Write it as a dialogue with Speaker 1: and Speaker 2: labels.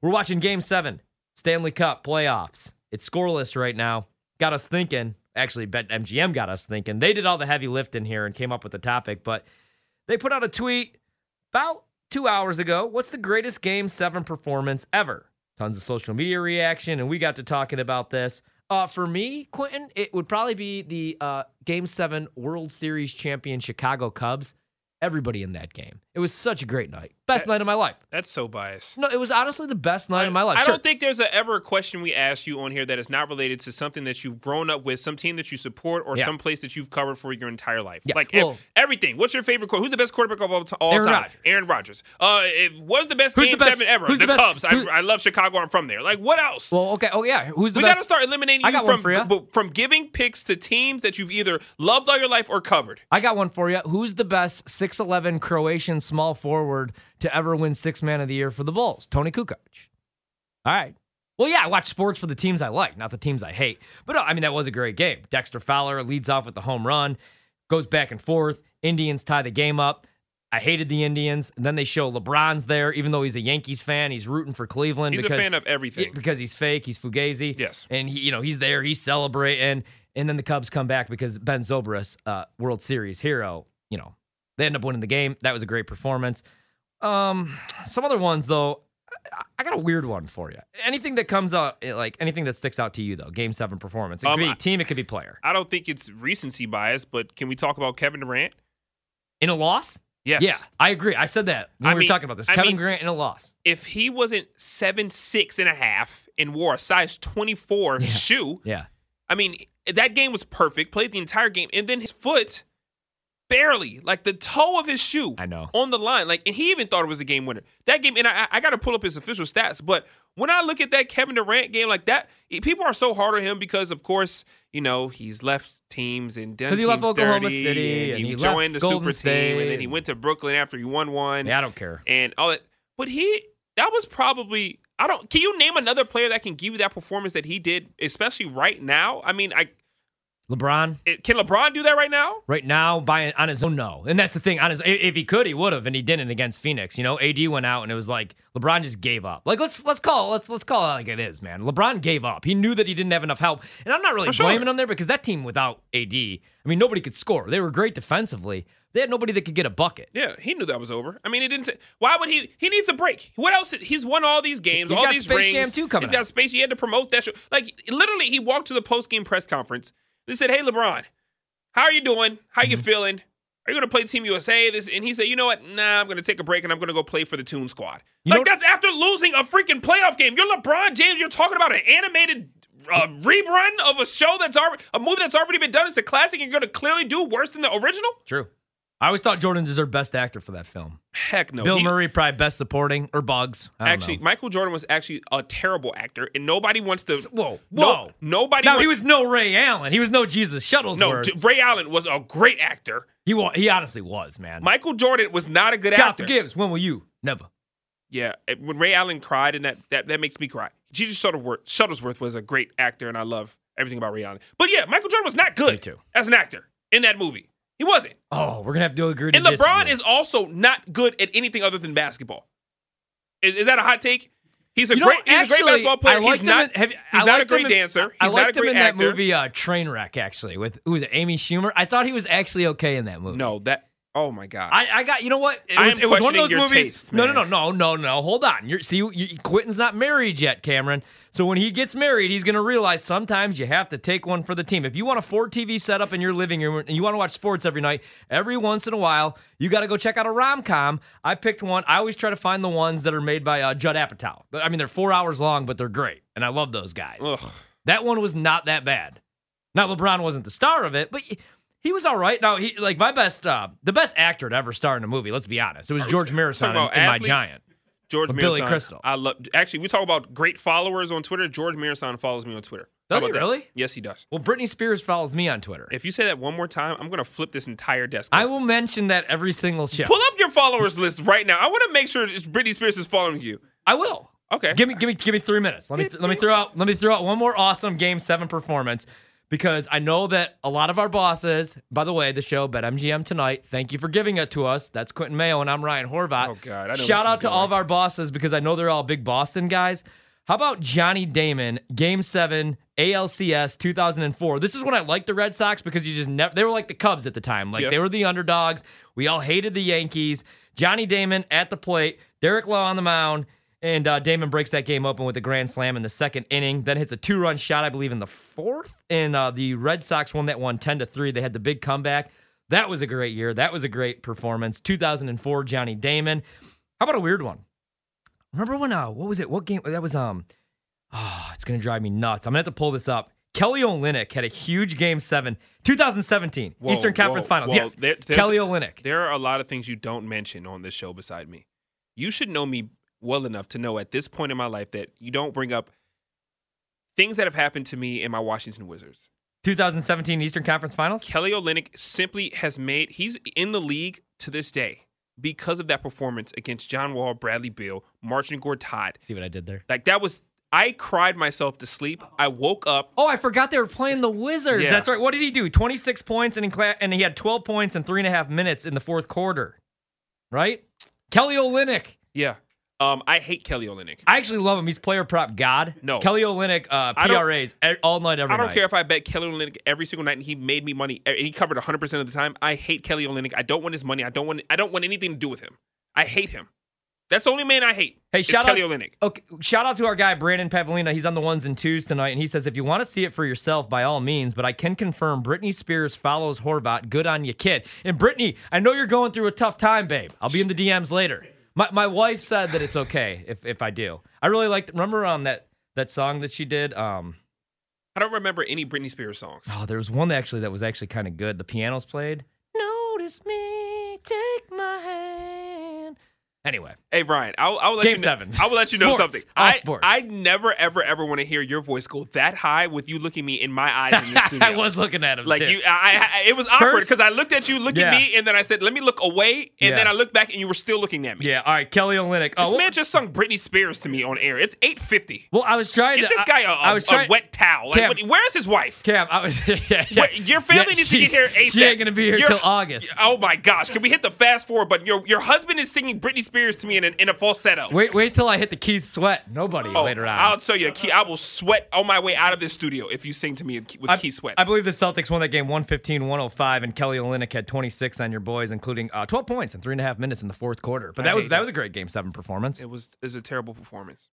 Speaker 1: We're watching Game Seven, Stanley Cup playoffs. It's scoreless right now. Got us thinking. Actually, bet MGM got us thinking. They did all the heavy lifting here and came up with the topic, but they put out a tweet about two hours ago. What's the greatest Game Seven performance ever? Tons of social media reaction, and we got to talking about this. Uh, for me, Quentin, it would probably be the uh, Game Seven World Series champion Chicago Cubs. Everybody in that game. It was such a great night. Best night of my life.
Speaker 2: That's so biased.
Speaker 1: No, it was honestly the best night of my life.
Speaker 2: I
Speaker 1: Sure.
Speaker 2: don't think there's a, ever a question we ask you on here that is not related to something that you've grown up with, some team that you support, or
Speaker 1: Yeah.
Speaker 2: some place that you've covered for your entire life.
Speaker 1: Yeah,
Speaker 2: Like ev-
Speaker 1: well-
Speaker 2: everything. What's your favorite quarterback? Who's the best quarterback of all, t- all
Speaker 1: Aaron
Speaker 2: time?
Speaker 1: Rodgers.
Speaker 2: Aaron Rodgers. Uh, it was the best
Speaker 1: Who's
Speaker 2: game
Speaker 1: the best-
Speaker 2: seven ever.
Speaker 1: who's
Speaker 2: the,
Speaker 1: the best-
Speaker 2: Cubs.
Speaker 1: who-
Speaker 2: I, I love Chicago. I'm from there. Like what else?
Speaker 1: Well, okay. Oh yeah. Who's the
Speaker 2: we
Speaker 1: best?
Speaker 2: got to start eliminating
Speaker 1: I
Speaker 2: you
Speaker 1: got one
Speaker 2: from
Speaker 1: for ya.
Speaker 2: b- from giving picks to teams that you've either loved all your life or covered.
Speaker 1: I got one for you. Who's the best 6'11 Croatian small forward to ever win six man of the year for the Bulls? Tony Kukoc. All right. Well, yeah, I watch sports for the teams I like, not the teams I hate. But uh, I mean, that was a great game. Dexter Fowler leads off with the home run, goes back and forth. Indians tie the game up. I hated the Indians. And then they show LeBron's there, even though he's a Yankees fan. He's rooting for Cleveland.
Speaker 2: He's
Speaker 1: because,
Speaker 2: a fan of everything.
Speaker 1: Yeah, because he's fake. He's fugazi.
Speaker 2: Yes.
Speaker 1: And he, you know, he's there. He's celebrating. And then the Cubs come back because Ben Zobrist, uh, World Series hero, you know, they end up winning the game. That was a great performance. Um, some other ones though. I- I got a weird one for you. Anything that comes out, eh, like anything that sticks out to you though, Game Seven performance. It could
Speaker 2: Um,
Speaker 1: be
Speaker 2: I-
Speaker 1: team. It could be player.
Speaker 2: I don't think it's recency bias, but can we talk about Kevin Durant?
Speaker 1: In a loss.
Speaker 2: Yes.
Speaker 1: Yeah, I agree. I said that when
Speaker 2: I
Speaker 1: we
Speaker 2: mean-
Speaker 1: were talking about this.
Speaker 2: I
Speaker 1: Kevin
Speaker 2: mean-
Speaker 1: Grant in a loss.
Speaker 2: if he wasn't seven six and a half and wore a size 24
Speaker 1: Yeah.
Speaker 2: shoe
Speaker 1: Yeah.
Speaker 2: i mean that game was perfect played the entire game and then his foot barely like the toe of his shoe
Speaker 1: I know.
Speaker 2: on the line like and he even thought it was a game winner that game and i, I gotta pull up his official stats but when i look at that kevin durant game like that people are so hard on him because of course you know he's left teams and done
Speaker 1: Because he left
Speaker 2: teams
Speaker 1: Oklahoma
Speaker 2: 30,
Speaker 1: City,
Speaker 2: and,
Speaker 1: and
Speaker 2: he
Speaker 1: he
Speaker 2: joined the
Speaker 1: left
Speaker 2: super
Speaker 1: Golden
Speaker 2: team and then he
Speaker 1: State.
Speaker 2: went to brooklyn after he won one
Speaker 1: Yeah, I don't care.
Speaker 2: and all that. But he that was probably I don't. Can you name another player that can give you that performance that he did, especially right now? I mean, I
Speaker 1: LeBron
Speaker 2: it, can LeBron do that right now?
Speaker 1: right now by on his own no and that's the thing on his i- if he could he would have and he didn't against phoenix you know ad went out and it was like lebron just gave up like let's let's call let's let's call it like it is man lebron gave up he knew that he didn't have enough help and i'm not really
Speaker 2: For sure.
Speaker 1: blaming him there because that team without ad i mean nobody could score they were great defensively they had nobody that could get a bucket
Speaker 2: Yeah, he knew that was over. I mean, it didn't. Say, why would he? He needs a break. What else? He's won all these games,
Speaker 1: He's
Speaker 2: all
Speaker 1: got
Speaker 2: these
Speaker 1: Space
Speaker 2: rings.
Speaker 1: Jam 2 coming
Speaker 2: He's got
Speaker 1: out.
Speaker 2: space. He had to promote that show. Like literally, he walked to the post game press conference. They said, "Hey, LeBron, how are you doing? How
Speaker 1: Mm-hmm.
Speaker 2: you feeling? Are you going to play Team USA?" This and he said, "You know what? Nah, I'm going to take a break and I'm going to go play for the Toon Squad."
Speaker 1: You
Speaker 2: like
Speaker 1: know-
Speaker 2: that's after losing a freaking playoff game. You're LeBron James. You're talking about an animated uh, rerun of a show that's already a movie that's already been done. It's a classic. and You're going to clearly do worse than the original.
Speaker 1: true i always thought jordan deserved best actor for that film
Speaker 2: Heck no.
Speaker 1: bill
Speaker 2: He-
Speaker 1: murray probably best supporting or bugs I don't
Speaker 2: Actually,
Speaker 1: know.
Speaker 2: Michael Jordan was actually a terrible actor, and nobody wants to.
Speaker 1: whoa
Speaker 2: no-
Speaker 1: whoa
Speaker 2: nobody.
Speaker 1: now
Speaker 2: wa-
Speaker 1: he was no ray allen he was no jesus shuttlesworth
Speaker 2: no. J- Ray Allen was a great actor.
Speaker 1: he wa- he honestly was man
Speaker 2: Michael Jordan was not a good
Speaker 1: God
Speaker 2: actor.
Speaker 1: forgives. When will you? Never.
Speaker 2: Yeah, it- when Ray Allen cried, and that that, that makes me cry. Jesus Shuttlesworth, Shuttlesworth was a great actor, and I love everything about Ray Allen. But yeah, Michael Jordan was not good
Speaker 1: Me too.
Speaker 2: as an actor in that movie. He wasn't.
Speaker 1: Oh, we're gonna have to agree. To
Speaker 2: And LeBron
Speaker 1: disagree.
Speaker 2: is also not good at anything other than basketball. Is, is that a hot take? He's a
Speaker 1: You know,
Speaker 2: great, he's a
Speaker 1: actually,
Speaker 2: great basketball player.
Speaker 1: I liked
Speaker 2: he's
Speaker 1: him
Speaker 2: not,
Speaker 1: in- have you-
Speaker 2: he's
Speaker 1: I
Speaker 2: not a
Speaker 1: liked him
Speaker 2: great
Speaker 1: in-
Speaker 2: dancer. He's
Speaker 1: I
Speaker 2: not a
Speaker 1: liked
Speaker 2: great
Speaker 1: him in
Speaker 2: actor.
Speaker 1: that movie uh, Trainwreck, actually, with who was it, Amy Schumer. I thought he was actually okay in that movie.
Speaker 2: No, that. Oh my gosh.
Speaker 1: I, I got you know what it
Speaker 2: I
Speaker 1: was,
Speaker 2: am
Speaker 1: it was one
Speaker 2: questioning
Speaker 1: of those
Speaker 2: your
Speaker 1: movies.
Speaker 2: taste,
Speaker 1: no, no, no,
Speaker 2: man.
Speaker 1: no, no, no. Hold on. You're, see, you, you, Quentin's not married yet, Cameron. So when he gets married, he's gonna realize sometimes you have to take one for the team. If you want a four TV setup in your living room and you want to watch sports every night, every once in a while, you got to go check out a rom com. I picked one. I always try to find the ones that are made by uh, Judd Apatow. But, I mean, they're four hours long, but they're great, and I love those guys.
Speaker 2: Ugh.
Speaker 1: That one was not that bad. Now LeBron wasn't the star of it, but he was all right. Now he like my best, uh, the best actor to ever star in a movie. Let's be honest, it was George Marison in,
Speaker 2: talking Oh, about
Speaker 1: in My
Speaker 2: athletes?
Speaker 1: Giant.
Speaker 2: George
Speaker 1: But Billy
Speaker 2: Mirasan.
Speaker 1: Crystal.
Speaker 2: I love. Actually, we talk about great followers on Twitter. George Mirasan follows me on Twitter. How
Speaker 1: Does he
Speaker 2: about that?
Speaker 1: really?
Speaker 2: Yes, he does.
Speaker 1: Well, Britney Spears follows me on Twitter.
Speaker 2: If you say that one more time, I'm gonna flip this entire desk.
Speaker 1: I
Speaker 2: over.
Speaker 1: will mention that every single show.
Speaker 2: pull up your followers list right now. I want to make sure it's Britney Spears is following you.
Speaker 1: I will.
Speaker 2: Okay.
Speaker 1: Give me, give me, give me three minutes. Let me, let me throw out, let me throw out one more awesome Game Seven performance because I know that a lot of our bosses, by the way, the show BetMGM tonight, thank you for giving it to us. That's Quentin Mayo and I'm Ryan Horvat.
Speaker 2: Oh, God, I know this
Speaker 1: Shout
Speaker 2: is
Speaker 1: out to all
Speaker 2: going.
Speaker 1: of our bosses because I know they're all big Boston guys. How about Johnny Damon, Game 7, ALCS 2004. This is when I liked the Red Sox because you just never they were like the Cubs at the time. Like
Speaker 2: Yes.
Speaker 1: they were the underdogs. We all hated the Yankees. Johnny Damon at the plate, Derek Law on the mound, and uh, Damon breaks that game open with a grand slam in the second inning. Then hits a two-run shot, I believe, in the fourth. And uh, the Red Sox won that one 10 to three. They had the big comeback. That was a great year. That was a great performance. 2004, Johnny Damon. How about a weird one? Remember when? Uh, what was it? What game? That was um. Oh, it's gonna drive me nuts. I'm gonna have to pull this up. Kelly Olynyk had a huge Game Seven, 2017
Speaker 2: Whoa,
Speaker 1: Eastern Conference
Speaker 2: whoa,
Speaker 1: Finals.
Speaker 2: whoa.
Speaker 1: Yes,
Speaker 2: There- there's-
Speaker 1: Kelly Olynyk.
Speaker 2: There are a lot of things you don't mention on this show beside me. You should know me well enough to know at this point in my life that you don't bring up things that have happened to me in my Washington Wizards.
Speaker 1: 2017 Eastern Conference Finals.
Speaker 2: Kelly Olynyk simply has made he's in the league to this day because of that performance against John Wall, Bradley Beal, Marcin Gortat.
Speaker 1: See what I did there?
Speaker 2: Like that was I cried myself to sleep. I woke up.
Speaker 1: Oh, I forgot they were playing the Wizards.
Speaker 2: Yeah.
Speaker 1: That's right. What did he do? 26 points and in cla- and he had 12 points in three and a half minutes in the fourth quarter. Right? Kelly Olynyk.
Speaker 2: Yeah. Um, I hate Kelly Olynyk.
Speaker 1: I actually love him. He's player prop god.
Speaker 2: No.
Speaker 1: Kelly Olynyk uh,
Speaker 2: I don't-
Speaker 1: PRAs e- all night every
Speaker 2: I don't
Speaker 1: night.
Speaker 2: care if I bet Kelly Olynyk every single night and he made me money and he covered 100% of the time. I hate Kelly Olynyk. I don't want his money. I don't want I don't want anything to do with him. I hate him. That's the only man I hate.
Speaker 1: Hey,
Speaker 2: is
Speaker 1: shout out-
Speaker 2: Kelly Olynyk.
Speaker 1: Okay, shout out to our guy Brandon Pavlina. He's on the ones and twos tonight, and he says if you want to see it for yourself, by all means. But I can confirm Britney Spears follows Horvat. Good on you, kid. And Brittany, I know you're going through a tough time, babe. I'll be in the DMs later. My my wife said that it's okay if if I do. I really liked. Remember um that that song that she did. Um,
Speaker 2: I don't remember any Britney Spears songs.
Speaker 1: oh, there was one actually that was actually kind of good. The piano's played. Notice me, take my hand. Anyway,
Speaker 2: Hey Brian, I will, I will let
Speaker 1: Game
Speaker 2: you know,
Speaker 1: seven.
Speaker 2: I will let you know
Speaker 1: Sports.
Speaker 2: something.
Speaker 1: All
Speaker 2: I
Speaker 1: sports.
Speaker 2: I never ever ever want to hear your voice go that high with you looking me in my eyes in the studio.
Speaker 1: I was looking at him
Speaker 2: like
Speaker 1: too.
Speaker 2: you. I, I it was awkward
Speaker 1: First-
Speaker 2: because I looked at you, looked
Speaker 1: Yeah.
Speaker 2: at me, and then I said, "Let me look away," and
Speaker 1: Yeah.
Speaker 2: then I looked back, and you were still looking at me.
Speaker 1: Yeah, all right, Kelly Olynyk. Oh,
Speaker 2: This
Speaker 1: what-
Speaker 2: man just sung Britney Spears to me on air. It's eight fifty.
Speaker 1: Well, I was trying
Speaker 2: Get
Speaker 1: to.
Speaker 2: this guy a,
Speaker 1: a
Speaker 2: a- a wet towel. Like,
Speaker 1: Cam.
Speaker 2: what- where's his wife?
Speaker 1: Cam, I was. Yeah, yeah.
Speaker 2: Wait, your family
Speaker 1: Yeah,
Speaker 2: needs to get
Speaker 1: she's-
Speaker 2: here ASAP.
Speaker 1: She ain't gonna be here
Speaker 2: Your-
Speaker 1: till August.
Speaker 2: Oh my gosh! Can we hit the fast forward button? Your your husband is singing Britney Spears to me in, a- in a falsetto.
Speaker 1: Wait, wait till I hit the Keith Sweat. Nobody
Speaker 2: Oh,
Speaker 1: later on.
Speaker 2: I'll tell you, Key, I will sweat on my way out of this studio if you sing to me with Key Sweat.
Speaker 1: I believe the Celtics won that game 115-105, and Kelly Olynyk had 26 on your boys, including uh, 12 points in three and a half minutes in the fourth quarter. But
Speaker 2: I
Speaker 1: that was
Speaker 2: hate
Speaker 1: that
Speaker 2: it.
Speaker 1: was a great game seven performance.
Speaker 2: it was it was a terrible performance.